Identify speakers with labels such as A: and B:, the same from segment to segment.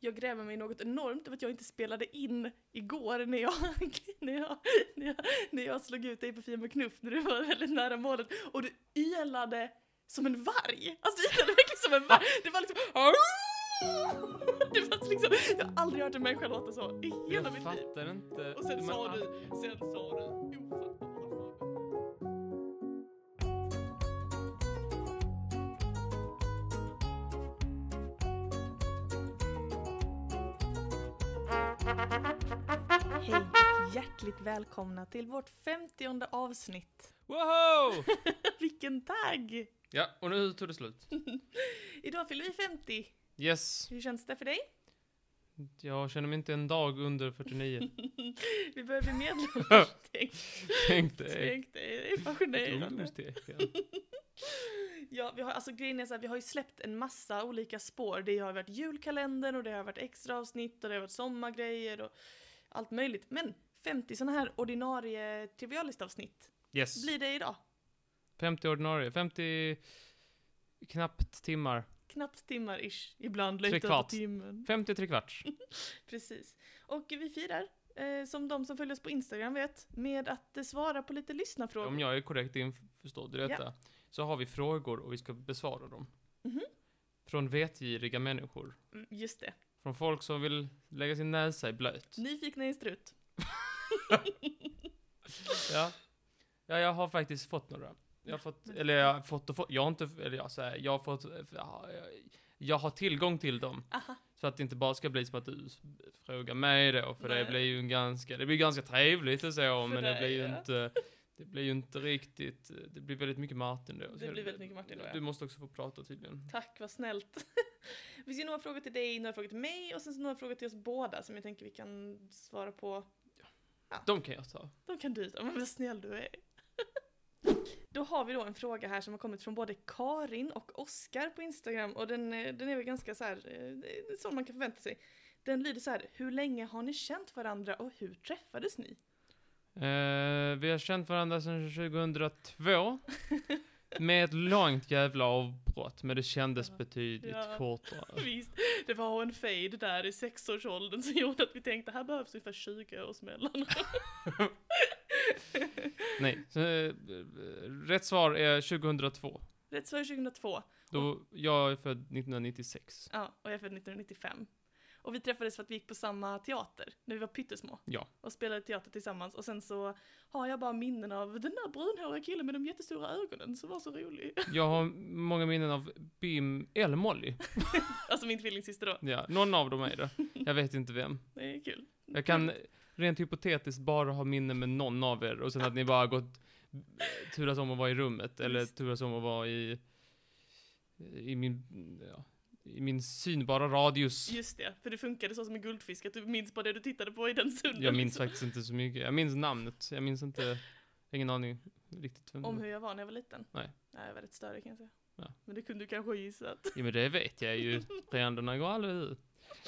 A: jag gräver mig något enormt över att jag inte spelade in igår när jag, när jag, när jag, när jag slog ut dig på Fia med knuff när du var väldigt nära målet och du ylade som en varg. Alltså du ylade verkligen som en varg. Det var liksom... Det var liksom jag har aldrig hört en människa låta så i hela
B: jag
A: mitt liv.
B: fattar inte.
A: Och sen
B: Men ah.
A: sa
B: all-
A: du, sen sa du, ofattbart. Hej och hjärtligt välkomna till vårt 50 avsnitt.
B: Woho!
A: Vilken tagg!
B: Ja, och nu tog det slut.
A: Idag fyller vi 50.
B: Yes,
A: Hur känns det för dig?
B: jag känner mig inte en dag under 49.
A: Vi börjar bli medlemmar. Tänk,
B: Tänk dig.
A: tänk dig, det är
B: vilket
A: fascinerande.
B: ungdomstecken.
A: Ja, vi har, alltså grejen är så här, vi har ju släppt en massa olika spår. Det har varit julkalendern och det har varit extra avsnitt och det har varit sommargrejer och allt möjligt. Men 50 sådana här ordinarie trivialistavsnitt
B: Yes,
A: blir det idag.
B: 50 ordinarie, 50 knappt timmar.
A: Knappt timmar ish, ibland
B: Tre
A: lite över
B: kvart.
A: timmen.
B: 50 trekvarts.
A: Precis. Och vi firar, eh, som de som följer oss på Instagram vet, med att eh, svara på lite lyssnarfrågor.
B: Om jag är korrekt införstådd i detta, så har vi frågor och vi ska besvara dem.
A: Mhm.
B: Från vetgiriga människor.
A: Mm, Just det.
B: Från folk som vill lägga sin näsa i blöt.
A: Nyfikna i en strut.
B: Ja. ja, jag har faktiskt fått några. Jag har fått, eller jag har fått och fått, jag har inte, eller jag, så här, jag har fått, ja, jag, jag har tillgång till dem.
A: Aha.
B: Så att det inte bara ska bli som att du frågar mig då, för
A: Nej.
B: det blir ju en ganska, det blir ganska trevligt och så, men det
A: dig,
B: blir ju
A: ja.
B: inte, det blir ju inte riktigt, det blir väldigt mycket Martin då.
A: Det
B: Så
A: blir
B: jag-
A: väldigt mycket Martin då, ja.
B: Du måste också få prata tydligen.
A: Tack, vad snällt. Det finns ju några frågor till dig, några frågor till mig och sen så några frågor till oss båda som jag tänker vi kan svara på.
B: De kan jag ta.
A: De kan du ta, men vad snäll du är. Då har vi då en fråga här som har kommit från både Karin och Oskar på Instagram och den, eh, den är väl ganska så här, eh, det är sån man kan förvänta sig. Den lyder så här, hur länge har ni känt varandra och hur träffades ni?
B: Eh, vi har känt varandra sedan 2002. Med ett långt jävla avbrott, men det kändes
A: Ja.
B: betydligt
A: Ja.
B: kortare.
A: Visst, det var en fade där i sexårsåldern som gjorde att vi tänkte här behövs ungefär 20 års mellan.
B: Nej, så, eh, rätt svar är 2002.
A: Rätt svar är 2002.
B: Då, jag är född 1996.
A: Ja, och jag är född 1995. Och vi träffades för att vi gick på samma teater när vi var pyttesmå.
B: Ja.
A: Och spelade teater tillsammans och sen så har jag bara minnen av den där brunhåriga killen med de jättestora ögonen som var så rolig.
B: Jag har många minnen av Bim eller Molly.
A: Alltså min tvillingsyster då.
B: Ja, någon av dem är det. Jag vet inte vem.
A: Det är kul.
B: Jag kan rent hypotetiskt bara ha minnen med någon av er och sen att ni bara gått turas om att vara i rummet eller
A: Visst.
B: turas om att vara i i min, ja, i min synbara radius.
A: Just det, för det funkade så som en guldfisk att du minns bara det du tittade på i den stunden.
B: Jag minns
A: liksom.
B: faktiskt inte så mycket. Jag minns namnet. Jag minns inte, ingen aning riktigt vem det
A: Om
B: var.
A: hur jag var när jag var liten.
B: Nej.
A: Nej, jag var rätt större kan jag säga.
B: Ja.
A: Men det kunde du kanske ha gissat.
B: Jo men det vet jag ju. Tränderna går aldrig ur.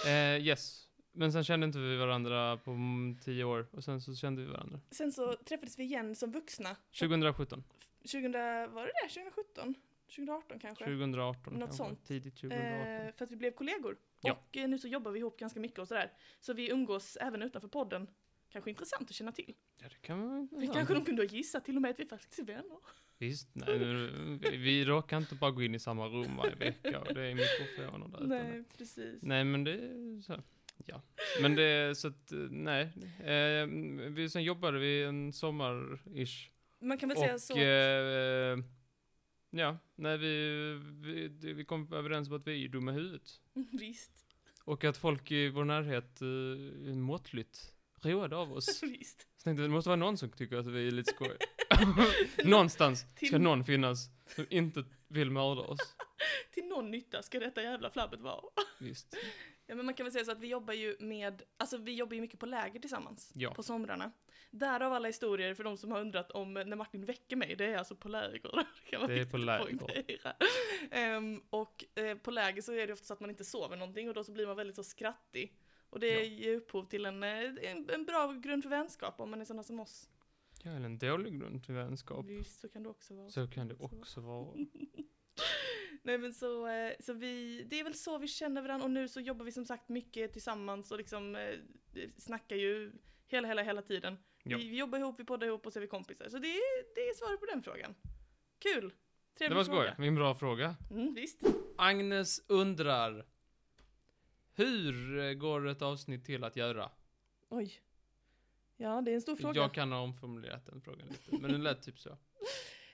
B: Eh, yes. Men sen kände inte vi varandra på mm, tio år och sen så kände vi varandra.
A: Sen så träffades vi igen som vuxna.
B: 2017.
A: 2000, var det det? 2017? 2018 kanske?
B: 2018
A: Något
B: kanske.
A: sånt.
B: Tidigt 2018.
A: Eh, för att vi blev kollegor.
B: Ja.
A: Och eh, nu så jobbar vi ihop ganska mycket och sådär. Så vi umgås även utanför podden. Kanske intressant att känna till.
B: Ja det kan man
A: Det kanske de kunde ha gissat till och med att vi faktiskt är vänner.
B: Visst, nej, nu, vi, vi råkar inte bara gå in i samma rum varje vecka och det är mikrofoner där. Utan,
A: Nej, precis.
B: nej, men det är så. Ja, men det är så att, eh, nej. Eh, vi, sen jobbade vi en sommar-ish.
A: Man kan väl säga så.
B: Och, eh, ja, nej, vi, vi, det- vi kom överens om att vi är dumma i huvudet.
A: visst,
B: Och att folk i vår närhet eh, är måttligt roade av oss. Så
A: visst.
B: tänkte jag, det måste vara någon som tycker att vi är lite skoj. Någonstans ska
A: Till-
B: någon finnas som inte vill mörda oss.
A: Till någon nytta ska detta jävla flabbet vara.
B: Visst.
A: Ja, men man kan väl säga så att vi jobbar ju med, alltså vi jobbar ju mycket på läger tillsammans.
B: Ja.
A: På somrarna. Därav alla historier för de som har undrat om när Martin väcker mig, det är alltså på läger. Kan man
B: Det är på
A: riktigt
B: läger.
A: poängtera. Ehm, och eh, på läger så är det ofta så att man inte sover någonting och då så blir man väldigt så skrattig. Och det
B: Ja.
A: ger upphov till en, eh, en, en bra grund för vänskap om man är sådana som oss.
B: Ja, eller en dålig grund till vänskap.
A: Visst, så kan det också vara.
B: Så kan det också vara.
A: Nej men så, eh, så vi, det är väl så vi känner varandra och nu så jobbar vi som sagt mycket tillsammans och liksom eh, snackar ju hela, hela, hela tiden.
B: Ja.
A: Vi, vi jobbar ihop, vi poddar ihop och så är vi kompisar. Så det, är- det är svaret på den frågan. Kul!
B: Det
A: Trevlig
B: var skoj.
A: fråga.
B: Min bra fråga.
A: Mm, visst.
B: Agnes undrar. Hur eh, går ett avsnitt till att göra?
A: Oj. Ja, det är en stor fråga.
B: Jag kan ha omformulerat den frågan lite, men den lät typ så.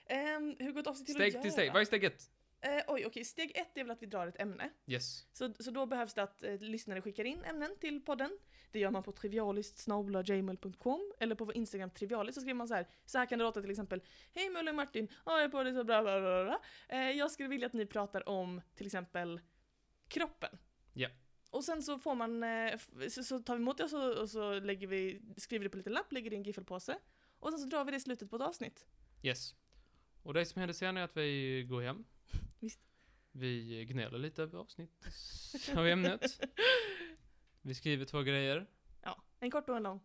A: Ehm, hur går ett avsnitt till att
B: Steg
A: göra?
B: till steg. Vad är steg ett?
A: Eh, oj, okej. Steg ett är väl att vi drar ett ämne.
B: Yes.
A: Så, så då behövs det att eh, lyssnare skickar in ämnen till podden. Det gör man på trivialist.jmail.com eller på vår Instagram trivialist så skriver man så här. Så här kan det låta till exempel. Hej Mulle och Martin, ja jag på det så bra bla bla bla. Eh, jag skulle vilja att ni pratar om till exempel kroppen.
B: Ja.
A: Och sen så får man, eh, f- så, så tar vi emot det och så, och så lägger vi, skriver det på lite lapp, lägger det i en giffelpåse. Och sen så drar vi det i slutet på ett avsnitt.
B: Yes. Och det som händer sen är att vi går hem.
A: Visst.
B: Vi gnäller lite över avsnitt av ämnet. Vi skriver två grejer.
A: Ja, en kort och en lång.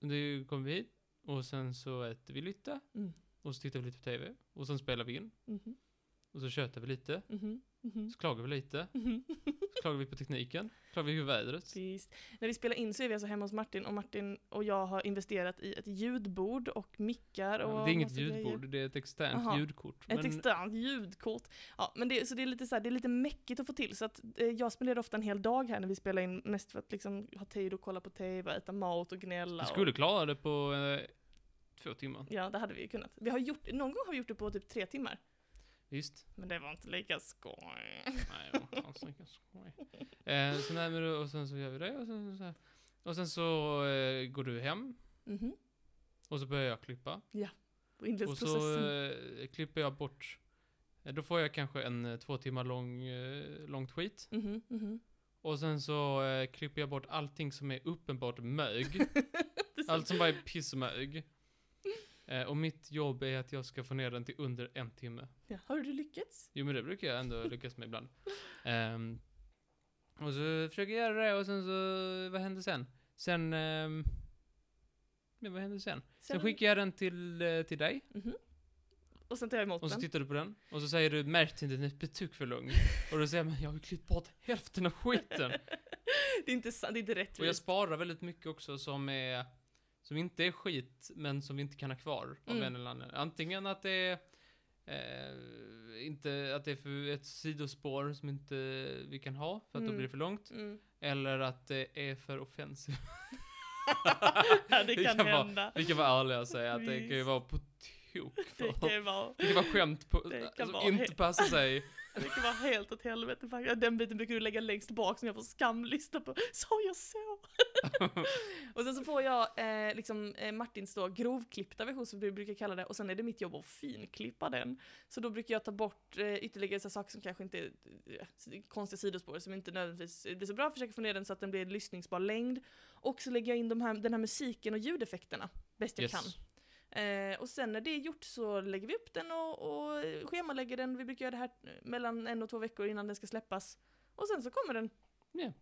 B: Nu kommer vi hit. Och sen så äter vi lite.
A: Mm.
B: Och så tittar vi lite på TV. Och sen spelar vi in.
A: Mhm,
B: Och så tjötar vi lite.
A: mhm, mhm.
B: Så klagar vi lite. Så klagar vi på tekniken. Klagar vi på vädret.
A: Precis. När vi spelar in så är vi alltså hemma hos Martin och Martin och jag har investerat i ett ljudbord och mickar och
B: Ja, Det är inget
A: massa
B: ljudbord,
A: grejer.
B: det är ett externt
A: Aha.
B: ljudkort.
A: Ett externt ljudkort. Ja, men det, så det är lite så här, det är lite mäckigt att få till så att eh, jag spenderar ofta en hel dag här när vi spelar in mest för att liksom ha tid att kolla på TV, och äta mat och gnälla.
B: vi skulle
A: och,
B: klara det på eh, två timmar.
A: Ja, det hade vi ju kunnat. Vi har gjort, någon gång har vi gjort det på typ tre timmar.
B: Visst?
A: Men det var inte lika skoj.
B: Nej, jag har fan snackat skoj. Eh, så nej, men då- och sen så gör vi det och sen så här. Och sen så eh, går du hem
A: Mhm.
B: och så börjar jag klippa.
A: Och
B: Och så
A: inledningsprocessen.
B: eh, klipper jag bort. Eh, Då får jag kanske en eh, två timmar lång, eh, långt skit.
A: Mhm, mhm.
B: Och sen så eh, klipper jag bort allting som är uppenbart mög. Allt som bara är pissmög. Eh, och mitt jobb är att jag ska få ner den till under en timme.
A: Ja, har du lyckats?
B: Jo men det brukar jag ändå lyckas med ibland. Ehm, och så försöker jag göra det och sen så, vad hände sen? Sen, ehm, ja, vad hände sen? Sen skickar jag den till, eh, till dig
A: Mhm. Och sen tar jag emot
B: och så
A: den.
B: tittar du på den och så säger du Martin den är ett betuk för lång. Och då säger jag men jag har ju klippt bort hälften av skiten.
A: det är inte, sa- det är inte
B: Och jag
A: rättvist.
B: sparar väldigt mycket också som är som inte är skit, men som vi inte kan ha kvar av
A: Mm.
B: en eller annan. Antingen att det är eh, inte att det är för ett sidospår som inte vi kan ha, för att då
A: Mm.
B: blir det för långt.
A: Mm.
B: Eller att det är för offensivt.
A: Ja, det
B: Vi
A: kan
B: kan vara-
A: hända.
B: Vi kan vara ärliga och säga att det kan ju
A: Visst.
B: vara på tok
A: Det
B: för.
A: kan ju vara,
B: Det kan vara skämt på,
A: Det kan
B: som
A: vara
B: inte
A: helt-
B: passar sig.
A: det kan vara helt åt helvete faktiskt. Ja, Den biten brukar du lägga längst bak som jag får skamlista på. Sa jag så? och sen så får jag eh, liksom eh, Martins då grovklippta version som vi brukar kalla det och sen är det mitt jobb att finklippa den. Så då brukar jag ta bort eh, ytterligare så här saker som kanske inte är eh, konstiga sidospår som inte nödvändigtvis blir så bra. Försöker få ner den så att den blir en lyssningsbar längd. Och så lägger jag in de här, den här musiken och ljudeffekterna bäst jag kan.
B: Yes.
A: Eh, och sen när det är gjort så lägger vi upp den och, och schemalägger den. Vi brukar göra det här mellan en och två veckor innan den ska släppas. Och sen så kommer den.
B: Ja.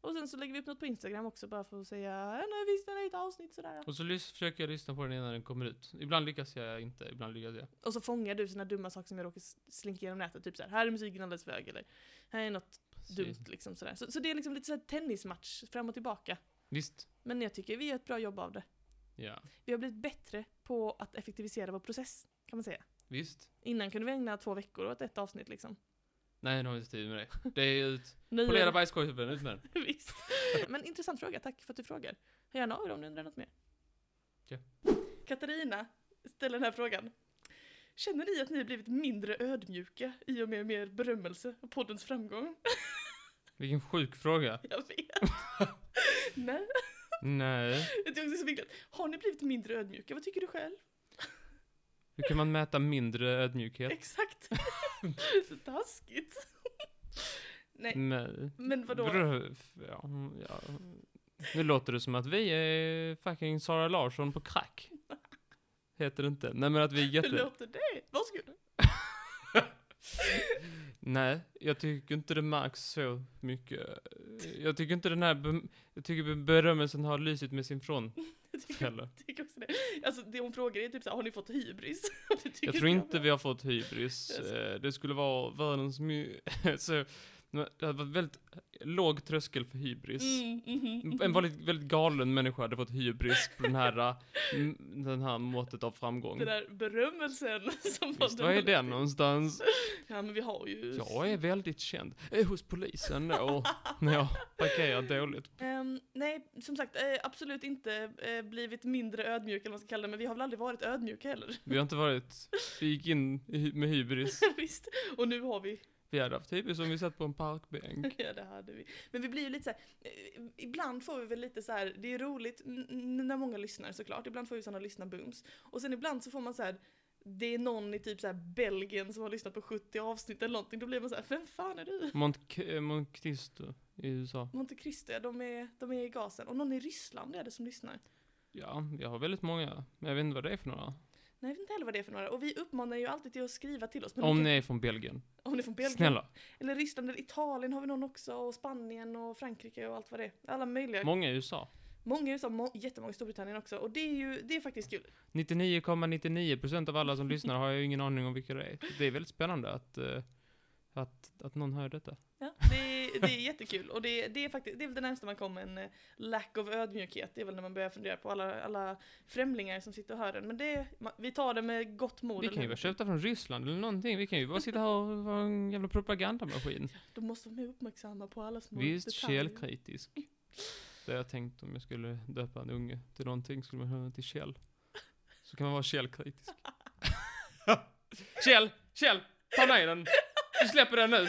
A: Och sen så lägger vi upp något på Instagram också bara för att säga "Ja, nu visst den är ett avsnitt sådär.
B: Och så lys- försöker jag lyssna på den innan den kommer ut. Ibland lyckas jag inte, ibland lyckas jag.
A: Och så fångar du såna dumma saker som jag råkar s- slinka genom nätet. Typ så här, här är musiken alldeles för hög eller här är något
B: Precis.
A: dumt liksom sådär. Så, så det är liksom lite såhär tennismatch fram och tillbaka.
B: Visst.
A: Men jag tycker vi gör ett bra jobb av det.
B: Ja.
A: Vi har blivit bättre på att effektivisera vår process kan man säga.
B: Visst.
A: Innan kunde vi ägna två veckor åt ett avsnitt liksom.
B: Nej, nu har vi inte tid med det. Det är ut.
A: Nu är
B: Polera
A: det-
B: bajskorven, ut med den.
A: Visst. Men intressant fråga, tack för att du frågar. Hör gärna av dig om du undrar något mer.
B: Okej.
A: Katarina ställer den här frågan. Känner ni att ni har blivit mindre ödmjuka i och med mer berömmelse och poddens framgång?
B: Vilken sjuk fråga.
A: Jag vet. Nej,
B: Nej.
A: jag tycker också det är så viktigt. Har ni blivit mindre ödmjuka? Vad tycker du själv?
B: Hur kan man mäta mindre ödmjukhet?
A: Exakt. så taskigt. Nej,
B: Nej.
A: men vadå?
B: Brö- ja, ja. Nu låter det som att vi är fucking Sara Larsson på crack. Heter det inte. Nej men att vi är
A: Hur
B: jätte...
A: låter det? Varsågod.
B: Nej, jag tycker inte det märks så mycket. Jag tycker inte den här... Be- jag tycker berömmelsen har lysit med sin från.
A: Jag Jag tycker,
B: Fälla.
A: tycker också det. Alltså det hon frågar är typ såhär, har ni fått hybris? Och det tycker
B: Jag tror inte
A: jag.
B: vi har fått hybris.
A: Yes.
B: Eh, Det skulle vara världens my... så, det hade varit väldigt låg tröskel för hybris.
A: Mm, mhm, mhm.
B: En väldigt, väldigt galen människa hade fått hybris på den här, m- den här måttet av framgång.
A: Den där berömmelsen som
B: Visst, var är den någonstans?
A: Ja men vi har ju...
B: Jag är väldigt känd eh, hos polisen och när jag parkerar dåligt.
A: Ehm, nej, som sagt, eh, absolut inte eh, blivit mindre ödmjuk eller vad man ska kalla det, men vi har väl aldrig varit ödmjuka heller.
B: Vi har inte varit... Vi gick in i hy- med hybris.
A: Visst? Och nu har vi,
B: Vi hade haft hybris om vi satt på en parkbänk.
A: ja det hade vi. Men vi blir ju lite så här, eh, ibland får vi väl lite så här, det är roligt n- n- när många lyssnar såklart, ibland får vi sådana lyssnarbooms. Och sen ibland så får man så här, det är någon i typ så här Belgien som har lyssnat på 70 avsnitt eller någonting, då blir man så här, vem fan är du?
B: Montecristo i USA.
A: Monte Cristo, ja, de är, de är i gasen. Och någon i Ryssland är det som lyssnar.
B: Ja, vi har väldigt många. Men jag vet inte vad det är för några.
A: Nej, jag vet inte heller vad det är för några. Och vi uppmanar ju alltid till att skriva till oss. men
B: Om
A: ni
B: ni
A: kan-
B: är från Belgien.
A: om ni är från Belgien.
B: Snälla.
A: Eller Ryssland eller Italien har vi någon också. Och Spanien och Frankrike och allt vad det är. Alla möjliga.
B: Många i USA.
A: många i USA, må- jättemånga i Storbritannien också. Och det är ju det är faktiskt kul.
B: 99,99% av alla som lyssnar har ju ingen aning om vilka det är. Det är väldigt spännande att, eh, att, att någon hör detta.
A: Ja, det, är, det är jättekul. Och det, det är faktiskt det, är väl det närmaste man kommer en eh, lack of ödmjukhet. Det är väl när man börjar fundera på alla, alla främlingar som sitter och hör den. Men det, ma- vi tar det med gott mod.
B: Vi kan ju vara köpta från Ryssland eller någonting. Vi kan ju bara sitta här och vara en jävla propagandamaskin.
A: De måste vara mer uppmärksamma på alla små
B: Visst,
A: detaljer.
B: källkritisk. Det har jag tänkt om jag skulle döpa en unge till någonting, skulle man höra den till Kjell. Så kan man vara källkritisk. Kjell! Kjell! Ta ner den! Du släpper den nu!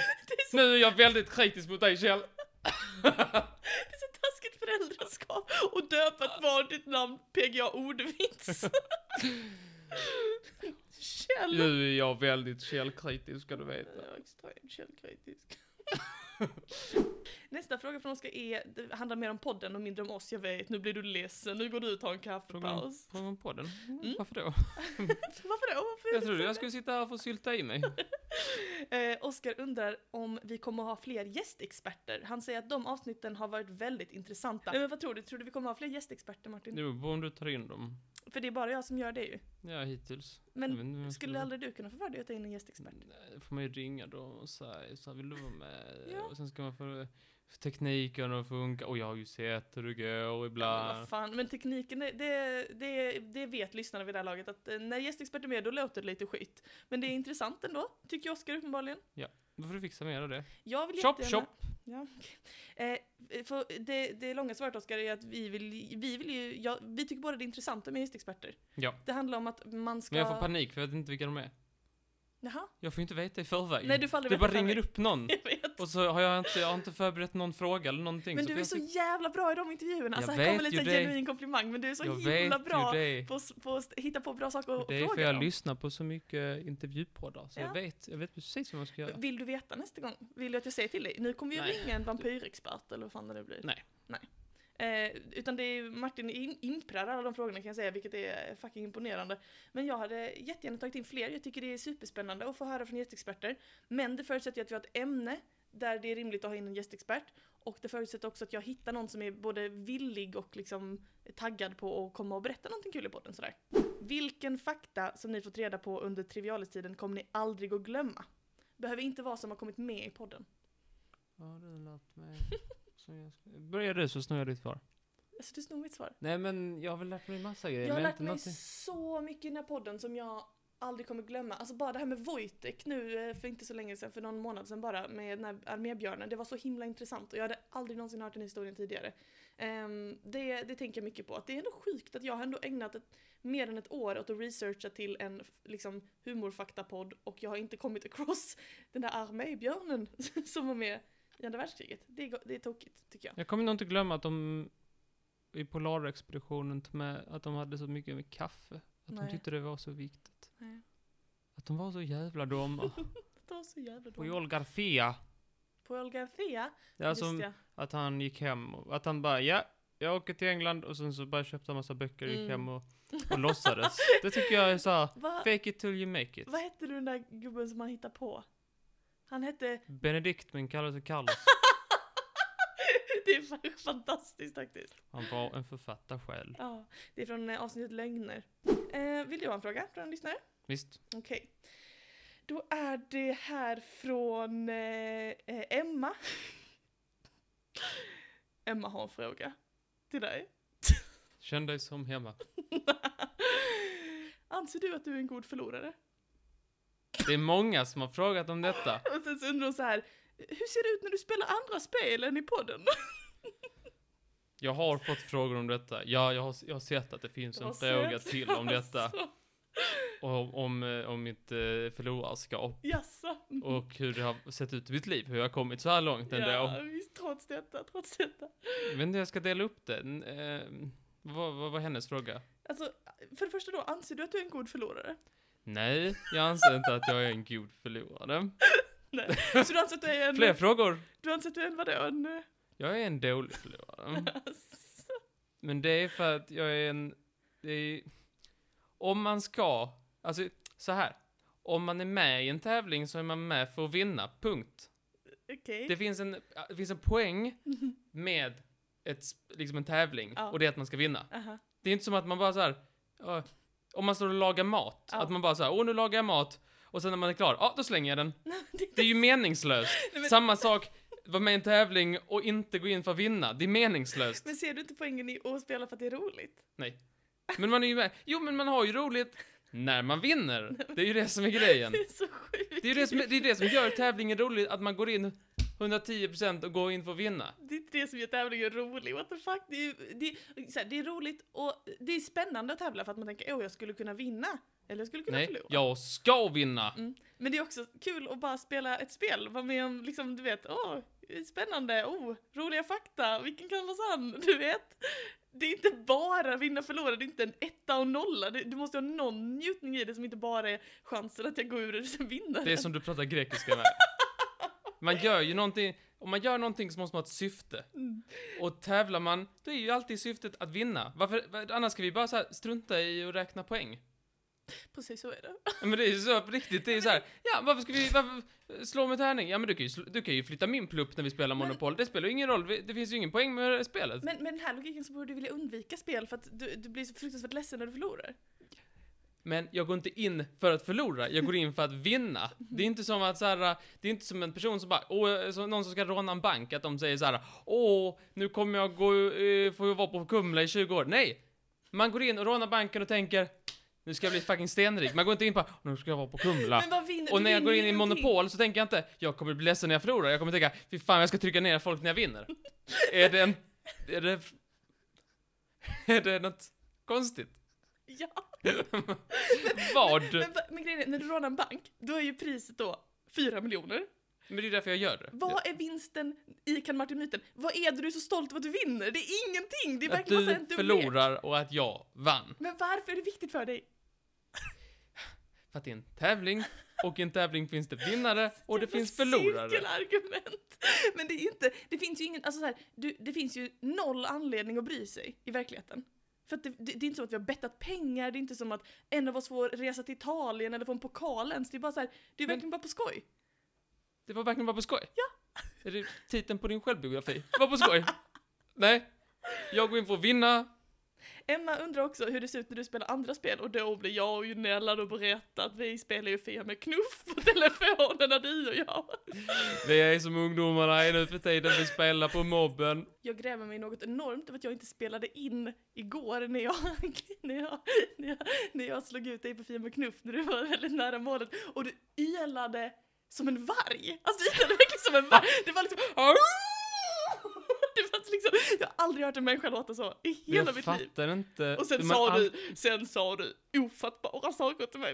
B: Nu är jag väldigt kritisk mot dig Kjell!
A: Det är så taskigt föräldraskap och döpa ett barn ditt namn PGA Ordvits. Käll.
B: Nu är jag väldigt källkritisk ska du veta.
A: Jag är extremt källkritisk. Nästa fråga från Oskar är, det handlar mer om podden och mindre om oss, jag vet. Nu blir du ledsen, nu går du ut och tar en kaffepaus.
B: Frågar man på den?
A: Mm.
B: Varför då?
A: Varför då? Varför är
B: Jag
A: det
B: trodde
A: så?
B: jag skulle sitta här och få sylta i mig.
A: Eh, Oskar undrar om vi kommer att ha fler gästexperter. Han säger att de avsnitten har varit väldigt intressanta. Nej, men vad tror du? Tror du vi kommer att ha fler gästexperter, Martin?
B: Nu beror på om du tar in dem.
A: För det är bara jag som gör det ju.
B: Ja, hittills. Jag vet
A: Men
B: inte vem jag
A: skulle aldrig du kunna få för dig att ta in en gästexpert?
B: Nej, då får man ju ringa dem och säga så här, vill du vara med?
A: Ja.
B: Och sen ska man få få tekniken att funka. Och jag har ju sett hur det går
A: Men vad
B: ibland.
A: fan, men tekniken, det- det, det, det vet lyssnarna vid det här laget att eh, när gästexperter är med då låter det lite skit. Men det är intressant ändå, tycker Oskar uppenbarligen.
B: Då får du fixa mer av det.
A: Jag vill
B: Chop,
A: jättegärna... Ja, okej. eh, för det, det långa svaret Oskar är att vi vill, vi vill ju, ja, vi tycker bara det är intressant med gästexperter.
B: Ja.
A: Det handlar om att man ska...
B: Men jag får panik för jag vet inte vilka de är.
A: Jaha,
B: Jag får ju inte veta i förväg.
A: Nej, du får aldrig
B: det
A: veta
B: bara
A: i
B: ringer
A: förväg.
B: upp någon.
A: jag vet.
B: Och så har jag inte, jag har inte förberett någon fråga eller någonting.
A: Men
B: får
A: du är
B: jag
A: så
B: sitta-
A: jävla bra i de intervjuerna. Alltså,
B: Jag
A: här kommer
B: vet
A: lite
B: ju
A: så här
B: det.
A: genuin komplimang, men du är så
B: jag
A: himla
B: vet
A: bra
B: ju det.
A: på, s- på att hitta på bra saker att
B: Det är för
A: fråga
B: jag
A: dem.
B: lyssnar på så mycket intervjupoddar. Så
A: Ja.
B: jag, vet, jag vet precis vad man ska göra.
A: Vill du veta nästa gång? Vill du att jag säger till dig? Nu kommer vi
B: Nej.
A: ringa en vampyrexpert eller vad fan det nu blir.
B: Nej.
A: Eh, utan det är ju- Martin in- imprar alla de frågorna kan jag säga, vilket är fucking imponerande. Men jag hade jättegärna tagit in fler, jag tycker det är superspännande att få höra från gästexperter. Men det förutsätter ju att vi har ett ämne där det är rimligt att ha in en gästexpert. Och det förutsätter också att jag hittar någon som är både villig och liksom taggad på att komma och berätta någonting kul i podden sådär. Vilken fakta som ni fått reda på under trivialistiden kommer ni aldrig att glömma? Behöver inte vara som har kommit med i podden.
B: Ja, du lät mig. som jag ska- Börjar du så snor jag ditt svar.
A: Alltså du snor mitt svar.
B: Nej men jag har väl lärt mig massa grejer.
A: Jag har
B: men
A: lärt
B: inte
A: mig
B: någonting-
A: så mycket i den här podden som jag aldrig kommer glömma. Alltså bara det här med Wojtek nu eh, för inte så länge sedan, för någon månad sedan bara, med den här armébjörnen. Det var så himla intressant och jag hade aldrig någonsin hört den historien tidigare. Ehm, det, det tänker jag mycket på. Att det är ändå sjukt att jag har ändå ägnat ett, mer än ett år åt att researcha till en f- liksom, humorfaktapodd och jag har inte kommit across den där armébjörnen som var med i andra världskriget. Det är, go- det är tokigt tycker jag.
B: Jag kommer nog inte glömma att de i Polarexpeditionen tog med att de hade så mycket med kaffe. Att
A: Nej.
B: de tyckte det var så viktigt.
A: Nej.
B: Att de var så jävla dumma.
A: Det var så jävla
B: Och
A: dumt.
B: Joel Garcia.
A: Paul Garcia,
B: Det är
A: visste
B: som
A: jag.
B: att han gick hem och att han bara ja, jag åker till England och sen så bara köpte en massa böcker och gick
A: Mm.
B: hem och, och låtsades. Det tycker jag är såhär,
A: Va-
B: fake it till you make it.
A: Vad hette du den där gubben som han hittade på? Han hette...
B: Benedikt men kallas för Carlos.
A: det Det är fan fantastiskt faktiskt.
B: Han var en författare själv.
A: Ja, det är från eh, avsnittet Lögner. Eh, vill du ha en fråga från en lyssnare?
B: Visst?
A: Okej. Då är det här från eh, eh, Emma. Emma har en fråga till dig.
B: Känn dig som hemma.
A: Anser du att du är en god förlorare?
B: Det är många som har frågat om detta.
A: Och sen så undrar hon så här, hur ser det ut när du spelar andra spel än i podden?
B: Jag har fått frågor om detta. Ja, jag har, jag har sett att det finns en
A: Vad
B: fråga
A: söt.
B: till om detta.
A: Alltså,
B: Och om, eh, om mitt eh, förlorarskap.
A: Jaså?
B: Och hur det har sett ut i mitt liv. Hur jag har kommit så här långt ändå.
A: Ja, visst, trots detta, trots detta.
B: Jag vet inte hur jag ska dela upp det. N- Eh, vad, vad var hennes fråga?
A: Alltså, för det första då, anser du att du är en god förlorare?
B: Nej, jag anser inte att jag är en god förlorare.
A: Nej. Så du anser att du är en...
B: Fler frågor?
A: Du anser att du är en vadå? En... eh,
B: Jag är en dålig förlorare.
A: Alltså,
B: Men det är för att jag är en... Det är, om man ska... Alltså, så här. Om man är med i en tävling så är man med för att vinna, punkt.
A: Okej.
B: Det finns en, det finns en poäng med ett, sp- liksom en tävling
A: Ja.
B: och det är att man ska vinna.
A: Aha.
B: Det är inte som att man bara så här, ja, om man står och lagar mat,
A: Ja.
B: att man bara så här, åh nu lagar jag mat, och sen när man är klar, ja då slänger jag den.
A: det-
B: Det är ju meningslöst.
A: Nej, men-
B: Samma sak, vara med i en tävling och inte gå in för att vinna, det är meningslöst.
A: Men ser du inte poängen i att spela för att det är roligt?
B: Nej. Men man är ju med, jo men man har ju roligt när man vinner. Det är ju det som är grejen.
A: Det är så sjukt.
B: Det är ju det som, det är det som gör tävlingen rolig, att man går in 110% och går in för att vinna.
A: Det är inte det som gör tävlingen rolig, what the fuck? Det är, ju- det, är, så här, det är roligt och det är spännande att tävla för att man tänker åh jag skulle kunna vinna. Eller jag skulle kunna
B: Nej,
A: förlora.
B: jag ska vinna!
A: Mm. Men det är också kul att bara spela ett spel, vara med om liksom, du vet, åh, spännande, oh, roliga fakta, vilken kan vara sann, du vet. Det är inte bara vinna förlora, det är inte en etta och nolla, det, du måste ha någon njutning i det som inte bara är chansen att jag går ur och sen vinner.
B: Det är som du pratar grekiska med. Man gör ju någonting, om man gör någonting så måste man ha ett syfte.
A: Mm.
B: Och tävlar man, då är ju alltid syftet att vinna. Varför, vad- annars ska vi bara så här strunta i att räkna poäng.
A: Precis så är det.
B: Ja, Men det är ju så på riktigt, det är ju så här, ja varför ska vi, varför, slå med tärning? Ja men du kan ju, sl- du kan ju flytta min plupp när vi spelar
A: Men-
B: Monopol, det spelar ju ingen roll, vi- det finns ju ingen poäng med spelet.
A: Men med den här logiken så borde du vilja undvika spel för att du, du blir så fruktansvärt ledsen när du förlorar.
B: Men jag går inte in för att förlora, jag går in för att vinna. Det är inte som att så här, det är inte som en person som bara, åh, så någon som ska råna en bank, att de säger så här, åh, nu kommer jag gå, eh, får jag vara på Kumla i 20 år. Nej! Man går in och rånar banken och tänker, nu ska jag bli fucking stenrik. Man går inte in på, nu ska jag vara på Kumla.
A: Men vad vinner
B: Och
A: du
B: när jag
A: vinner
B: går
A: ju
B: in i
A: ingenting.
B: Monopol så tänker jag inte, jag kommer bli ledsen när jag förlorar, jag kommer tänka, fy fan jag ska trycka ner folk när jag vinner. är det en, är det, är det något konstigt?
A: Ja,
B: Vad?
A: men, va- men grejen är, när du rånar en bank, då är ju priset då 4 miljoner.
B: Men det är därför jag gör det.
A: Vad är vinsten i Kan Martin-myten? Vad är det du är så stolt över att du vinner? Det är ingenting! Det är
B: att
A: verkligen bara så här
B: du
A: en dum lek.
B: förlorar och att jag vann.
A: Men varför är det viktigt för dig?
B: För att det är en tävling, och i en tävling finns det vinnare och det
A: Jävla
B: finns förlorare.
A: Cirkelargument! Men det är inte, det finns ju ingen, alltså så här, du, det finns ju noll anledning att bry sig i verkligheten. För att det, det, det är inte som att vi har bettat pengar, det är inte som att en av oss får resa till Italien eller få en pokal ens. Det är bara så här, det är
B: Men-
A: verkligen bara på skoj.
B: Det var verkligen bara på skoj. Ja. Är det titeln på din självbiografi? Det var på skoj. Nej. Jag går in för att vinna.
A: Emma undrar också hur det ser ut när du spelar andra spel och då blir jag och Junella och berättar att vi spelar ju Fia med knuff på telefonen när du och jag.
B: Vi är som ungdomarna är nu för tiden, vi spelar på mobben.
A: Jag gräver mig något enormt över att jag inte spelade in igår när jag, när jag, när jag, när jag slog ut dig på Fia med knuff när du var väldigt nära målet och du ylade som en varg. Alltså du ylade verkligen som en varg. Det var liksom... Det var liksom jag har aldrig hört en människa låta så i hela
B: Jag
A: mitt liv.
B: fattar inte.
A: Och sen
B: Men
A: sa,
B: all-
A: du, sen sa du ofattbara saker till mig.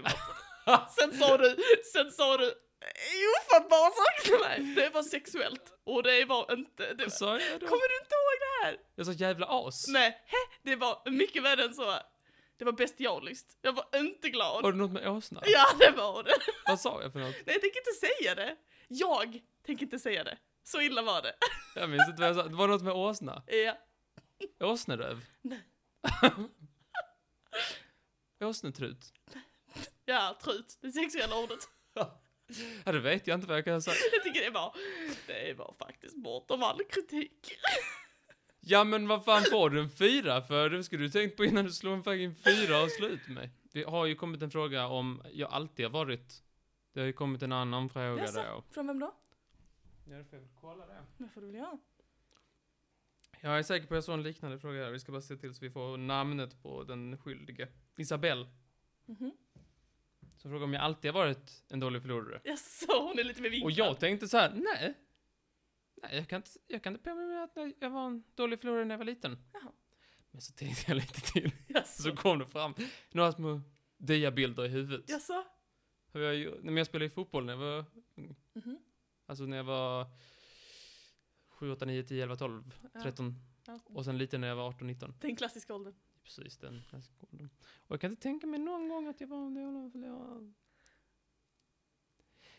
A: Martin. sen sa du, sen sa du ofattbara saker till mig. Det var sexuellt. Och det var inte... Det
B: Vad
A: var,
B: sa jag Alltså, då?
A: kommer du inte ihåg det här?
B: Jag sa jävla as.
A: Nej, hä? det var mycket värre än så. Det var bestialiskt. Jag var inte glad.
B: Har du något med åsna?
A: Ja, det var det.
B: Vad sa jag för något?
A: Nej, jag tänker inte säga det. Jag tänker inte säga det. Så illa var det.
B: Jag minns inte vad jag sa. Det var något med åsna.
A: Ja.
B: Åsneröv?
A: Nej.
B: Åsnetrut?
A: Ja, trut. Det sexuella ordet.
B: Ja, det vet jag inte vad jag kan säga.
A: Jag tycker det var, det var faktiskt bortom all kritik.
B: Ja men vad fan får du en fyra för? Det skulle du tänkt på innan du slog en fucking fyra och slog ut mig. Det har ju kommit en fråga om jag alltid har varit. Det har ju kommit en annan fråga
A: Jaså?
B: då.
A: Från vem då?
B: Ja, det får jag väl kolla det.
A: Det får du väl göra.
B: Jag är säker på att jag såg en liknande fråga här. Vi ska bara se till så vi får namnet på den skyldige. Isabelle,
A: Mhm.
B: som frågar om jag alltid har varit en dålig förlorare.
A: Jaså, hon är lite mer vinklad.
B: Och jag tänkte så här, nej. Nej, jag kan inte, jag kan inte påminna mig att jag var en dålig förlorare när jag var liten.
A: Jaha.
B: Men så tänkte jag lite till.
A: Jaså?
B: Så kom det fram några små diabilder i huvudet.
A: Jaså?
B: Hur jag, gör- när jag spelade i fotboll när jag var,
A: Mhm.
B: alltså när jag var 7, 8, 9, 10, 11, 12,
A: Ja.
B: 13.
A: Ja.
B: Och sen lite när jag var 18, 19.
A: Den klassiska åldern.
B: Precis den. klassiska åldern. Och jag kan inte tänka mig någon gång att jag var en dålig förlorare.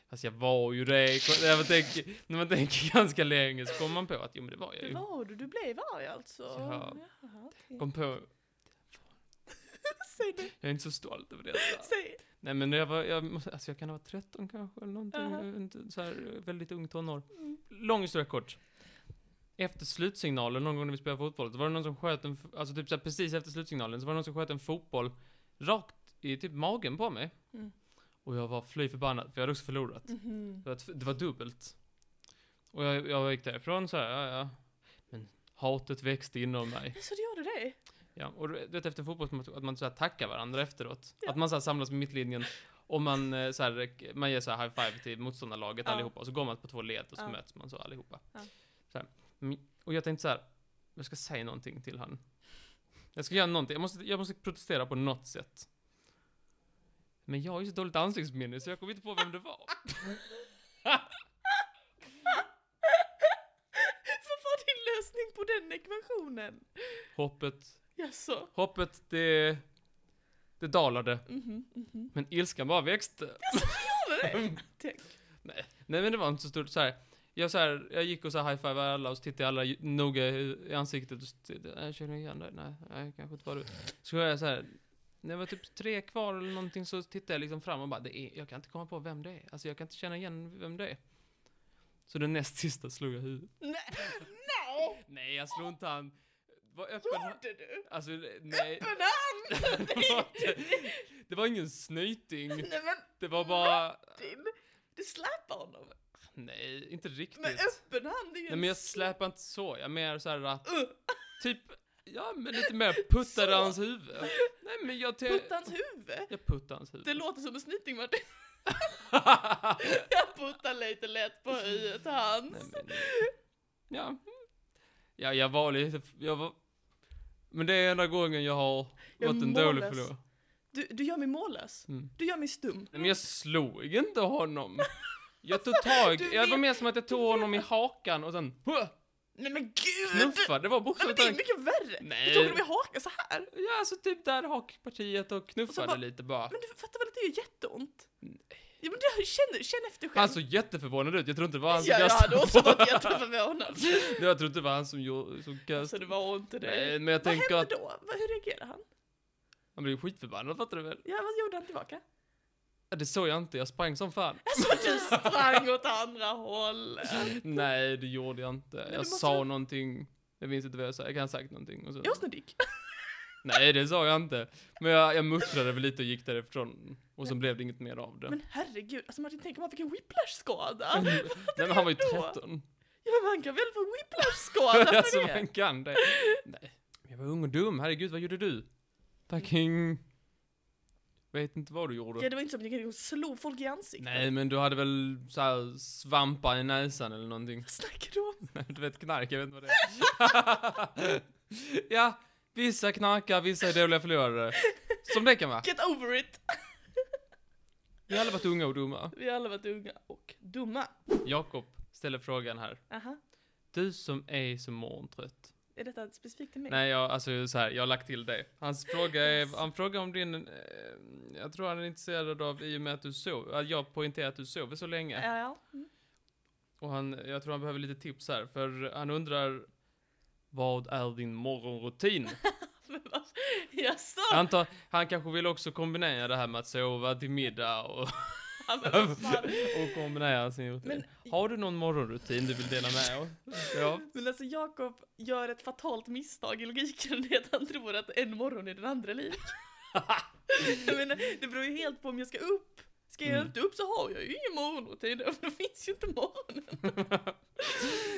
B: Fast jag var ju det. Ko- När man tänker, när man tänker ganska länge så kommer man på att jo men det var jag
A: Det
B: ju.
A: var du, du blev arg alltså?
B: Eh, Ja.
A: Jaha, okej.
B: Kom på,
A: Säg det.
B: jag är inte så stolt över detta.
A: Säg.
B: Nej men när jag var, jag, måste, alltså jag kan ha varit 13 kanske eller någonting,
A: Aha.
B: Jag är inte så här eh, väldigt ung tonår.
A: Mm.
B: Lång historia kort. Efter slutsignalen någon gång när vi spelade fotboll, så var det någon som sköt en, f- alltså typ så här, precis efter slutsignalen, så var det någon som sköt en fotboll rakt i typ magen på mig.
A: Mm.
B: Och jag var fly förbannad, för jag hade också förlorat.
A: Mhm.
B: Det var, ett- det var dubbelt. Och jag, jag gick därifrån så här, ja ja. Men hatet växte inom mig.
A: Så du gjorde det?
B: Ja, och du vet efter en fotbollsmatch att man så här tackar varandra efteråt.
A: Ja.
B: Att man så här samlas med mittlinjen och man, eh, så här, man ger så här high five till motståndarlaget
A: Ja.
B: allihopa och så går man på två led och så
A: Ja.
B: möts man så allihopa.
A: Ja.
B: Så här. Mm, Och jag tänkte så här, jag ska säga någonting till han. Jag ska göra någonting, jag måste, jag måste protestera på något sätt. Men jag har ju så dåligt ansiktsminne så jag kommer inte på vem det var.
A: Vad var din lösning på den ekvationen?
B: Hoppet,
A: Jaså?
B: hoppet det, det dalade,
A: Mhm, mhm.
B: men ilskan bara växte.
A: Gjorde det?
B: Mm.
A: Tänk.
B: Nej men det var inte så stort så här. Jag, så här, jag gick och så high five alla och så tittade jag alla ju- noga i i ansiktet och så tittade, "Nej, jag känner igen dig, nej, nej kanske inte var du. Så var jag så här, när jag var typ tre kvar eller någonting så tittade jag liksom fram och bara, det är, jag kan inte komma på vem det är. Alltså jag kan inte känna igen vem det är. Så den näst sista slog jag huvudet.
A: Nej! Nej!
B: Nej jag slog inte han. Var öppen.
A: Gjorde du?
B: Alltså nej.
A: Öppna handen!
B: Det var inte- Det var ingen snyting.
A: Nej men
B: Det var bara,
A: Martin, du släpar honom.
B: nej inte riktigt.
A: Med öppen hand är ju
B: Nej men jag släpar inte så, jag är mer så här att
A: Uh,
B: Typ, ja men lite mer puttade
A: Så.
B: hans huvud. Nej men jag... Te-
A: putta hans huvud.
B: Jag puttade hans huvud.
A: Det låter som en snyting Martin. Jag puttar lite lätt på huvudet
B: Nej,
A: hans.
B: men, ja. ja, jag var lite... Jag var... Men det är enda gången jag har
A: Jag
B: varit en dålig
A: mållös.
B: förlorare.
A: Du, du gör mig mållös.
B: Mm.
A: Du gör mig stum.
B: Nej men jag slog inte honom. Jag tog tag,
A: Alltså, du
B: jag var
A: vet-
B: mer som att jag tog honom i hakan och sen huh,
A: Nej men gud!
B: knuffade,
A: Nej,
B: det var
A: men
B: bokstavligt
A: det är
B: talat.
A: mycket värre! Du
B: Nej.
A: tog honom i hakan så här.
B: Ja alltså typ där hakpartiet och knuffade
A: bara-
B: lite bara.
A: Men du fattar väl att det gör jätteont? Ja men det, känn, känn efter själv.
B: Han såg jätteförvånad ut, Alltså, jag tror inte det var han som
A: ja, jag
B: kastade
A: hade också
B: bollen.
A: varit jätteförvånad.
B: Det jag tror inte det var han som gjorde, som
A: Så
B: kastade.
A: det var inte det.
B: Alltså. Nej, men jag
A: Vad
B: tänker
A: hände
B: att
A: då? Vad- Hur reagerade han?
B: han blev skitförbannad fattar du väl?
A: Ja, vad gjorde han tillbaka?
B: Ja, Det såg jag inte, jag sprang som fan.
A: Alltså du sprang åt andra hållet.
B: Nej, det gjorde jag inte.
A: du
B: jag
A: måste
B: sa
A: väl-
B: någonting. Jag minns inte vad jag sa, jag kan ha sagt någonting. Och så.
A: Jag var snödig.
B: Nej, det sa jag inte. Men jag, jag muttrade väl lite och gick därifrån. Och sen blev det inget mer av det.
A: Men herregud, alltså Martin tänk om han fick en whiplash-skada.
B: Nej, men han var ju
A: då?
B: 13.
A: Ja men man kan väl få whiplash-skada
B: alltså
A: för
B: man
A: det?
B: kan det. Nej. Jag var ung och dum, herregud vad gjorde du? Fucking... Vet inte vad du gjorde.
A: Ja det var inte som att ni kunde slå folk i ansiktet.
B: Nej, men du hade väl så här svampar i näsan eller någonting.
A: Vad snackar du om?
B: Du vet knark, jag vet inte vad det är. ja, vissa knarkar, vissa är dåliga förlorare. Som det kan vara.
A: Get over it!
B: Vi har alla varit unga och dumma.
A: Vi har alla varit unga och dumma.
B: Jakob ställer frågan här.
A: Aha,
B: Du som är så morgontrött.
A: är detta specifikt till mig?
B: Nej, jag, alltså så här, jag har lagt till dig. Hans fråga är,
A: Yes.
B: han frågar om din, eh, jag tror han är intresserad av i och med att du sov, att jag poängterar att du sover så länge.
A: Ja, ja. Mm.
B: Och han, jag tror han behöver lite tips här, för han undrar vad är din morgonrutin?
A: Men vad- Jaså?
B: Jag antar, han kanske vill också kombinera det här med att sova till middag och
A: Ja, men vad fan.
B: och kombinera sin rutin.
A: Men-
B: Har du någon morgonrutin du vill dela med av? Ja.
A: Men alltså Jakob gör ett fatalt misstag i logiken i att han tror att en morgon är den andra lik. jag menar, det beror ju helt på om jag ska upp. Ska jag
B: Mm.
A: inte upp så har jag ju ingen morgonrutin, då finns ju inte morgonen.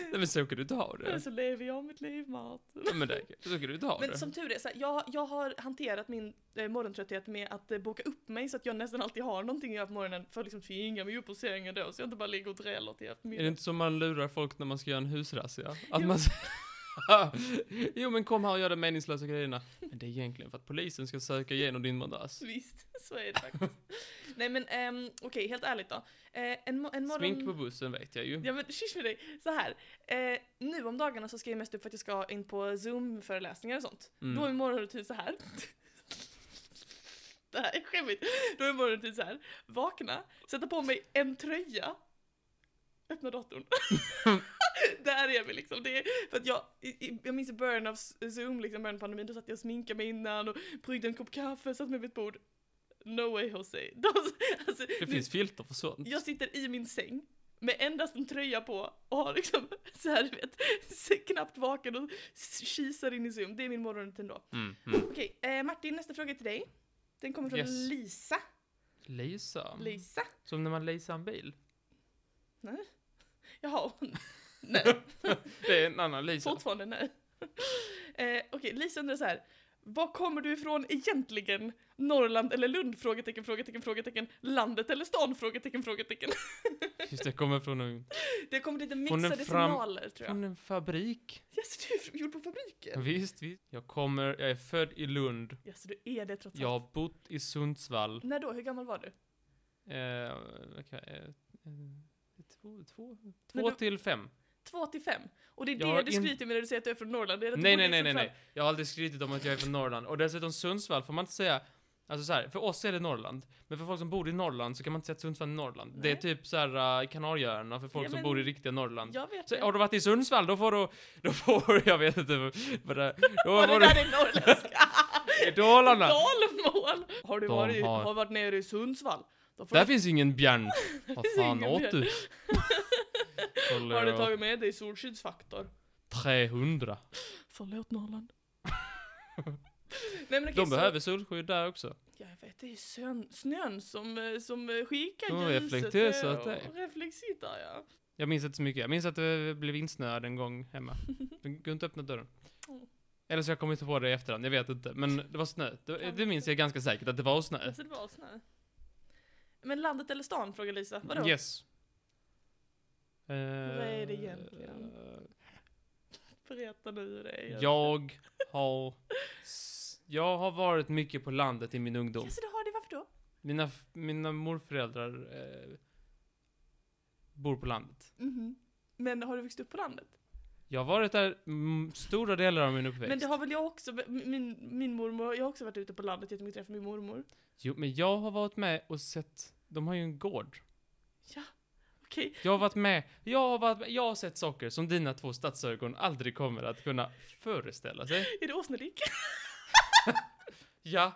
B: Nej men så kan du inte ha det.
A: Så lever jag mitt liv, Mart.
B: Nej, men det, så kan du inte ha
A: Men
B: det.
A: som tur är, så här, jag, jag har hanterat min eh, morgontrötthet med att eh, boka upp mig så att jag nästan alltid har någonting att göra på morgonen för att liksom tvinga mig upp ur sängen då så jag inte bara ligger och dräller till
B: Är det
A: eftermiddagen.
B: inte som man lurar folk när man ska göra en husrazzia? Att
A: Jo.
B: man säger Jo men kom här och gör de meningslösa grejerna. Men det är egentligen för att polisen ska söka igenom din madrass.
A: Visst, så är det faktiskt. Nej men ehm, okej, helt ärligt då. Eh, en, mo- en morgon...
B: Smink på bussen vet jag ju.
A: Ja men shish med dig, så här. Eh, nu om dagarna så ska jag mest upp för att jag ska in på zoom-föreläsningar och sånt.
B: Mm.
A: Då är min morgonrutin så här. Det här är skämmigt. Då är min morgonrutin så här. Vakna, sätta på mig en tröja, öppna datorn. Där är vi liksom. Det är för att jag, i- i- jag minns i början av s- zoom, liksom början av pandemin, då satt jag och sminkade mig innan och bryggde en kopp kaffe, satt mig vid ett bord. No way Jose. Då, alltså,
B: Det
A: nu-
B: finns filter för sånt.
A: jag sitter i min säng med endast en tröja på och har liksom så här, du vet, så knappt vaken och s- kisar in i Zoom. Det är min morgonrutin då.
B: Mm, mm.
A: Okej, eh, Martin, nästa fråga till dig. Den kommer från
B: Yes. Mm.
A: Lisa.
B: Lisa.
A: Lisa?
B: Som när man leasar en bil.
A: Jaha. nej,
B: Det är en annan Lisa.
A: fortfarande nej. Eh, Okej, Lisa undrar så här. Var kommer du ifrån egentligen? Norrland eller Lund? Frågetecken, frågetecken, frågetecken. Landet eller stan? Frågetecken, frågetecken.
B: Just det, jag kommer från en,
A: Det kommer lite
B: Från en
A: mixade
B: fram-
A: signaler tror jag.
B: från en fabrik.
A: Yes, du är gjord på fabriken.
B: Visst, visst. Jag kommer, jag är född i Lund.
A: Yes, du är det trots allt.
B: Jag har bott i Sundsvall.
A: När då? Hur gammal var du?
B: Eh, okay, eh, eh, två, två,
A: Men
B: två
A: du-
B: till fem.
A: Två till fem. Och det är
B: Jag har
A: det du
B: in-
A: skryter med när du säger att du är från Norrland. Det är att du
B: Nej,
A: bodde
B: nej,
A: i
B: nej, nej,
A: Sundsvall.
B: nej. Jag har aldrig skrytit om att jag är från Norrland. Och dessutom Sundsvall får man inte säga, alltså så här, för oss är det Norrland. Men för folk som bor i Norrland så kan man inte säga att Sundsvall är Norrland. Det är
A: Nej.
B: typ så här eh, Kanarieöarna för folk
A: Ja,
B: som
A: men-
B: bor i riktiga Norrland.
A: Jag vet
B: Så,
A: det.
B: har du varit i Sundsvall, då får du, då får du, jag vet inte vad det Då
A: Och
B: får
A: det
B: du,
A: där är norrländska.
B: i Dalarna.
A: Dalmål! Har du
B: De
A: varit,
B: har-
A: har... varit nere i Sundsvall? Då får
B: Där finns ingen björn. Vad
A: finns
B: fan
A: ingen
B: åt
A: björn.
B: du?
A: du... Har du tagit med dig solskyddsfaktor?
B: 300.
A: Förlåt Norrland. nej, men okej,
B: De
A: så-
B: behöver solskydd där också.
A: Ja, Jag vet, det är sön... snön som, eh, som eh, skickar
B: De
A: ljuset.
B: reflekterar
A: eh,
B: så att det är.
A: och Reflexittar, ja.
B: Jag minns inte så mycket. Jag minns att det blev insnöad en gång hemma. Det går inte att öppna dörren.
A: Mm.
B: Eller så jag kommer inte på det i efterhand, jag vet inte. Men det var snö. Det, det minns jag ganska säkert att det var snö.
A: Så det var snö. Men landet eller stan? frågar Lisa. Vadå?
B: Yes. Eh, Vad
A: är det egentligen? Berätta nu hur det är.
B: Jag har... s- Jag har varit mycket på landet i min ungdom.
A: Jaså, det har det. Varför då?
B: Mina, f- mina morföräldrar eh, bor på landet.
A: Mhm. Men har du växt upp på landet?
B: Jag har varit där mm, stora delar av min uppväxt.
A: Men det har väl jag också, min, min mormor, jag har också varit ute på landet jättemycket träffat min mormor.
B: Jo, men jag har varit med och sett... De har ju en gård.
A: Okej,
B: Jag har varit med. Jag har, varit med. jag har sett saker som dina två stadsögon aldrig kommer att kunna föreställa sig.
A: är det åsnelik?
B: Ja,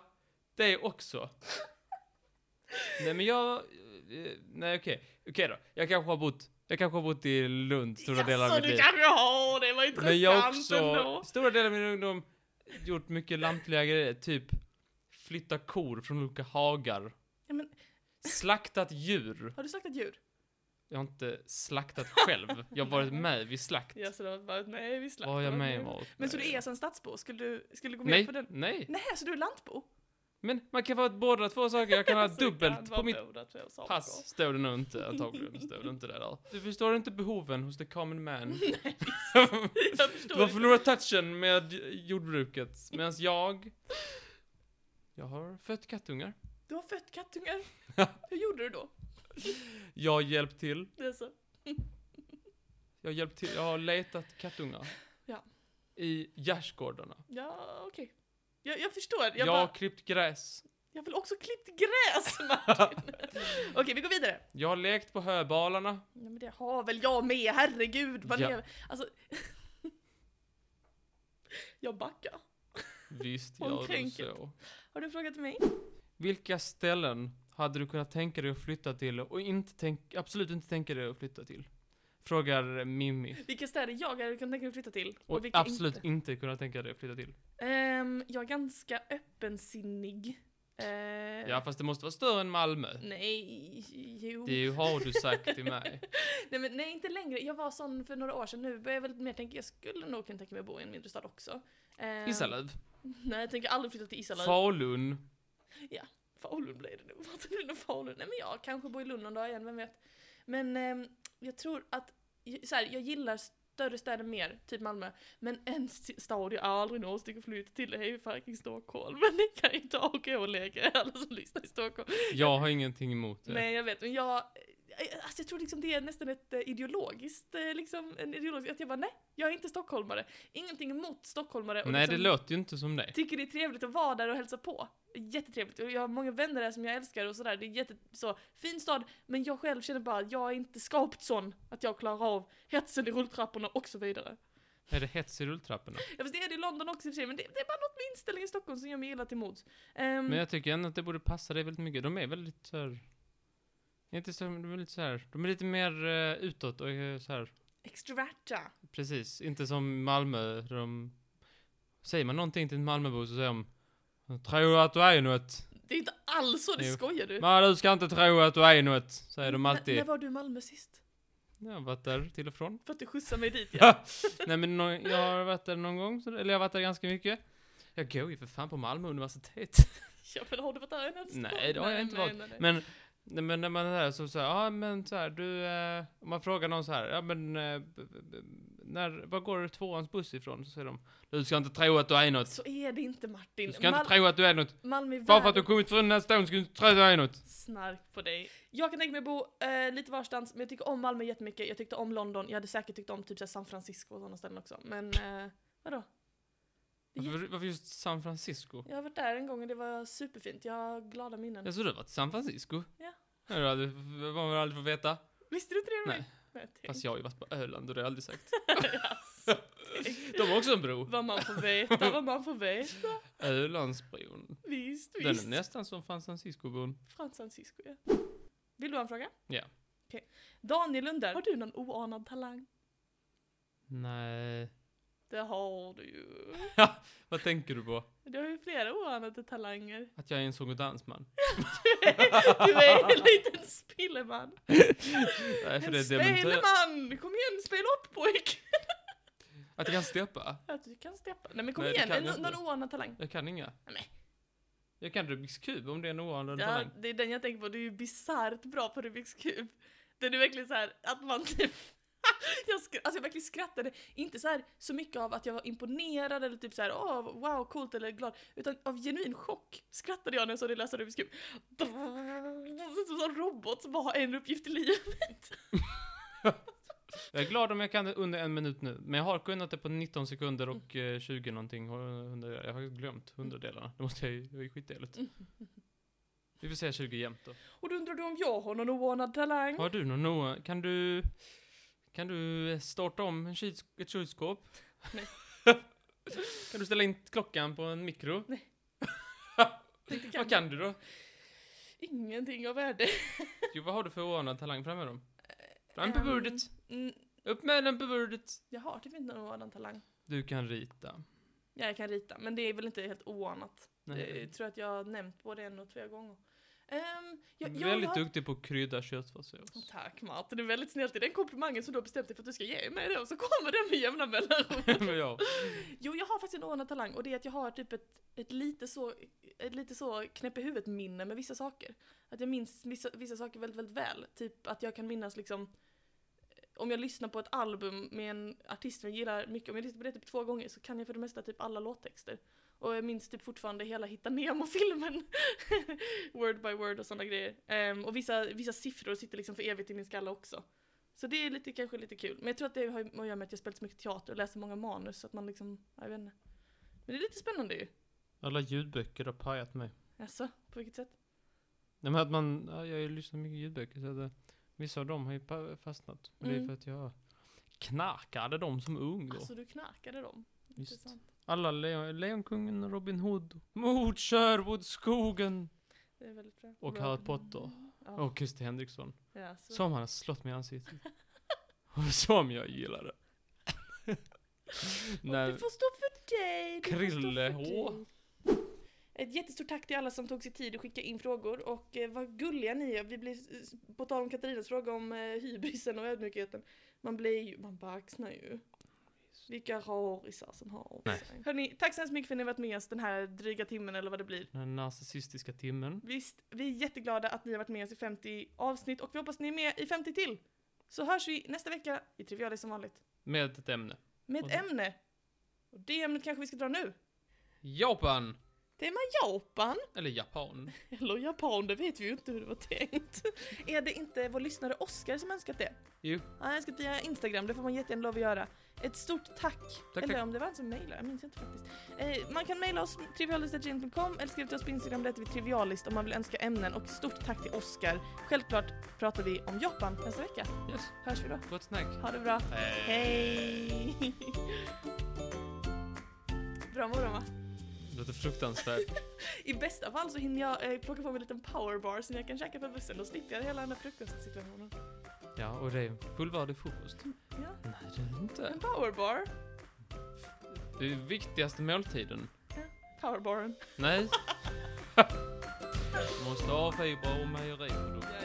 B: det också. Nej, men jag... eh, Nej, okej. Okej då. Jag kanske har bott... Jag kanske har bott i Lund stora delar av mitt
A: du
B: liv.
A: kanske har, det var
B: Men jag har
A: intressant
B: också,
A: ändå.
B: stora delar av min ungdom, gjort mycket lantliga grejer. Typ flytta kor från olika hagar.
A: Ja, men-
B: Slaktat djur.
A: Har du slaktat djur?
B: Jag har inte slaktat själv. Jag har varit med vid slakt.
A: Ja, så det har varit, nej vi slaktar.
B: Vad har jag med
A: nu.
B: om?
A: Men så du är alltså en stadsbo? Skulle du, skulle du gå med
B: Nej,
A: på den?
B: nej.
A: Nej, så du är lantbo?
B: Men man kan vara båda två saker. Jag kan ha dubbelt på mitt pass.
A: Pass.
B: Står det nog inte, antagligen. Står det inte det där. Du förstår inte behoven hos the common man.
A: Jag förstår
B: Du har
A: inte.
B: förlorat touchen med jordbruket. Medan jag... Jag har fött kattungar.
A: Du har fött kattungar. Hur gjorde du då?
B: Jag har hjälpt till.
A: Det är så.
B: Jag har hjälpt till. Jag har letat kattungar.
A: Ja.
B: I gärdsgårdarna.
A: Ja, okej. Jag, jag förstår. Jag,
B: Jag,
A: bara,
B: har klippt gräs.
A: jag vill också klippt gräs, Martin. okej, vi går vidare.
B: Jag har lekt på höbalarna.
A: Nej men det har väl jag med, herregud! Man
B: Ja.
A: är, alltså... jag backar.
B: Visst
A: Hon
B: gör du
A: kränker.
B: så.
A: Har du frågat mig?
B: Vilka ställen hade du kunnat tänka dig att flytta till och inte tänk, absolut inte tänka dig att flytta till? Frågar Mimmi.
A: Vilka städer jag hade kunnat tänka mig att flytta till.
B: Och
A: vilka
B: absolut
A: inte.
B: inte. kunnat tänka dig att flytta till.
A: Ehm, jag är ganska öppensinnig. Ehm,
B: Ja, fast det måste vara större än Malmö.
A: Mm. Nej, jo.
B: Det har du sagt till mig.
A: Nej, men, nej, inte längre. Jag var sån för några år sedan. Nu börjar jag väl mer tänka, jag skulle nog kunna tänka mig att bo i en mindre stad också. Ehm,
B: Isalöv.
A: Nej, jag tänker aldrig flytta till Isalöv.
B: Falun.
A: Falun blir det nog. Vad blir det nog Falun? Nej men jag kanske bor i Lund någon dag igen, vem vet. Men ehm, jag tror att, så här, jag gillar större städer mer, typ Malmö. Men en st- stad jag aldrig någonsin kommer flytta till är ju fucking Stockholm. Men det kan ju ta och gå och leka, alla som lyssnar i Stockholm.
B: Jag har ingenting emot det.
A: Nej jag vet, men jag, eh, alltså jag tror liksom det är nästan ett eh, ideologiskt, eh, liksom, en ideologisk, att jag bara nej, jag är inte stockholmare. Ingenting emot stockholmare. och
B: Nej,
A: liksom,
B: det låter ju inte som det.
A: tycker det är trevligt att vara där och hälsa på. Jättetrevligt. Och jag har många vänner där som jag älskar och sådär. Det är jätte, så, fin stad, men jag själv känner bara att jag är inte skapt sån att jag klarar av hetsen i rulltrapporna och så vidare.
B: Är det hets i rulltrapporna?
A: Ja, fast det är det i London också i och för sig, men det, det är bara något med inställningen i Stockholm som gör mig illa till mods. Ehm,
B: Men jag tycker ändå att det borde passa dig väldigt mycket. De är väldigt så här. Inte så, de är lite så här. De är lite mer eh, utåt och eh, så här.
A: Extroverta.
B: Precis. Inte som Malmö. där De, säger man någonting till en Malmöbo så säger de. Tror du att du är något?
A: Det är inte alls så, det
B: Jo.
A: skojar du.
B: Nej, du ska inte tro att du är något. Säger
A: N-
B: de alltid.
A: när var du i Malmö sist?
B: Jag har varit där till och från.
A: För att du skjutsade mig dit ja.
B: Ja. Nej men nå- jag har varit där någon gång, så, eller jag har varit där ganska mycket. Jag går ju för fan på Malmö universitet.
A: ja men har du varit där en ens
B: Nej, det har jag inte varit.
A: nej, nej.
B: Men, nej, men när man är där så säger ja men så här, du, eh, om man frågar någon så här, ja men, eh, b- b- b- när, var går tvåans buss ifrån? Så säger de, du ska inte tro att du är något.
A: Så är det inte Martin.
B: Du ska inte
A: Mal-
B: tro att du är något.
A: Malmö är
B: Bara för att du
A: världens-
B: kommit från den här stan ska du inte tro att du är något.
A: Snark på dig. Jag kan tänka mig bo eh, lite varstans, men jag tycker om Malmö jättemycket. Jag tyckte om London, jag hade säkert tyckt om typ så här, San Francisco och sådana ställen också. Men eh, vadå? Det är jätte-
B: Alltså, Varför, varför just San Francisco?
A: Jag har varit där en gång och det var superfint. Jag har glada minnen.
B: Jag du har varit i San Francisco?
A: Ja.
B: Det har du aldrig, det har man aldrig fått veta.
A: Visste du inte det?
B: Nej.
A: Roy? Nej. tänk.
B: Fast jag har ju varit på Öland och det har jag aldrig sagt.
A: Jaså,
B: De har också en bro.
A: vad man får veta, vad man får veta.
B: Ölandsbron.
A: Visst,
B: Den är
A: visst.
B: nästan som San Francisco-bron.
A: Från San Francisco, ja. Vill du ha en fråga?
B: Ja.
A: Okej. Daniel Lundberg, har du någon oanad talang?
B: Nej.
A: Det har du ju.
B: Vad tänker du på?
A: Du har ju flera oanade talanger.
B: Att jag är en sång och dansman?
A: du är en liten spilleman.
B: Nej, för
A: En
B: det är dementerat.
A: spilleman! Kom igen, spela upp pojk!
B: Att jag kan steppa?
A: Att du kan steppa. Nej men kom
B: Nej, det
A: igen,
B: kan
A: en,
B: jag inte.
A: någon oanad talang.
B: Jag kan inga.
A: Nej.
B: Jag kan Rubiks kub om det är en oanad
A: Ja,
B: talang.
A: det är den jag tänker på, du är ju bisarrt bra på Rubiks kub. Den är verkligen så här att man typ jag, skra- alltså jag verkligen skrattade, inte så, här, så mycket av att jag var imponerad eller typ så här, åh wow coolt eller glad, utan av genuin chock skrattade jag när jag såg det läsa Rubiks kub. Som en robot som bara har en uppgift i livet.
B: Jag är glad om jag kan det under en minut nu. Men jag har kunnat det på 19 sekunder och
A: Mm.
B: eh, 20 någonting. Hundradelar. Jag har glömt hundradelarna. Det måste jag ju, det var ju skitdåligt.
A: Mm.
B: Vi får säga 20 jämnt då.
A: Och då undrar du om jag har någon oanad talang?
B: Har du någon Noah? Kan du... Kan du eh, starta om en kyls ett kylskåp?
A: Nej.
B: kan du ställa in klockan på en mikro?
A: Tänkte, kan
B: Vad kan du då?
A: Ingenting av värde.
B: Jo, vad har du för oanad talang framme då? Fram på
A: Ehm.
B: bordet!
A: Mm,
B: Upp med den på bordet!
A: jag har typ inte någon annan talang.
B: Du kan rita.
A: Ja, jag kan rita, men det är väl inte helt oanat. Eh,
B: Nej.
A: Jag tror att jag har nämnt både en och två gånger. Ehm, jag, jag,
B: Mm, Väldigt
A: jag,
B: duktig på att krydda köttfärssås.
A: Tack Martin, det är väldigt snällt. Det är den komplimangen som du har bestämt dig för att du ska ge mig då, så kommer den med jämna mellanrum.
B: Men ja,
A: Jo, jag har faktiskt en oanad talang och det är att jag har typ ett, ett lite så, ett lite så knäpp i huvudet minne med vissa saker. Att jag minns vissa, vissa saker väldigt, väldigt väl. Typ att jag kan minnas liksom om jag lyssnar på ett album med en artist som jag gillar mycket, om jag lyssnar på det typ två gånger så kan jag för det mesta typ alla låttexter. Och jag minns typ fortfarande hela Hitta Nemo-filmen. word by word och sådana grejer. Ehm, och vissa, vissa siffror sitter liksom för evigt i min skalle också. Så det är lite, kanske lite kul. Men jag tror att det har ju att göra med att jag spelat så mycket teater och läser många manus så att man liksom, ja, jag vet inte. Men det är lite spännande ju.
B: alla ljudböcker har pajat mig.
A: Alltså, på vilket sätt?
B: Nej men att man, ja, jag har ju lyssnat mycket ljudböcker så att eh, vissa av dem har ju pa- fastnat. Och det är
A: Mm.
B: för att jag knarkade dem som ung då.
A: Alltså du knarkade dem.
B: Visst.
A: Intressant.
B: Alla Lejon, Lejonkungen och Robin Hood. Mot Sherwoodskogen!
A: Det är väldigt bra.
B: Och
A: Bra.
B: Harry Potter.
A: Ja.
B: Och Christer Henriksson.
A: Ja, så.
B: Som han har slått mig i ansiktet. Och som jag gillar det.
A: Nej.
B: Nej,
A: Du får stå för dig! Du får stå
B: Krille,
A: för
B: åh.
A: dig. Ett jättestort tack till alla som tog sig tid att skicka in frågor och eh, vad gulliga ni är. Vi blir, eh, på tal om Katarinas fråga om eh, hybrisen och ödmjukheten, man blir ju, man bara axnar ju. Vilka rarisar som har av
B: Nej.
A: sig. Hörrni, tack så hemskt mycket för att ni har varit med oss den här dryga timmen eller vad det blir.
B: den här narcissistiska timmen.
A: Visst, vi är jätteglada att ni har varit med oss i 50 avsnitt och vi hoppas ni är med i 50 till. Så hörs vi nästa vecka i Trivialis som vanligt.
B: Med ett ämne.
A: Med
B: Och
A: ett
B: det-
A: ämne. Och det ämnet kanske vi ska dra nu.
B: Japan!
A: Tema Japan.
B: Eller Japan.
A: Eller Japan, det vet vi ju inte hur det var tänkt. Är det inte vår lyssnare Oskar som önskat det?
B: Jo.
A: Han har önskat via Instagram, det får man jättegärna lov att göra. Ett stort tack.
B: Tack,
A: eller
B: tack.
A: om det var han som mejlade, jag minns inte faktiskt. Eh, man kan mejla oss trivialist.gmail.com eller skriva till oss på Instagram, där heter vi trivialist om man vill önska ämnen. Och stort tack till Oskar. Självklart pratar vi om Japan nästa vecka.
B: Yes,
A: Hörs vi då.
B: gott snack.
A: Ha det bra. Hej! Bra morgon va?
B: Det låter fruktansvärt.
A: I bästa fall så hinner jag eh, plocka på mig en liten powerbar som jag kan käka på bussen. Då slipper jag hela den där frukostsituationen.
B: Ja, och det är fullvärdig frukost.
A: Ja,
B: Nej, det är det inte.
A: en powerbar.
B: Det är viktigaste måltiden.
A: Powerbaren.
B: Nej. Måste ha fiber och mejeriprodukter.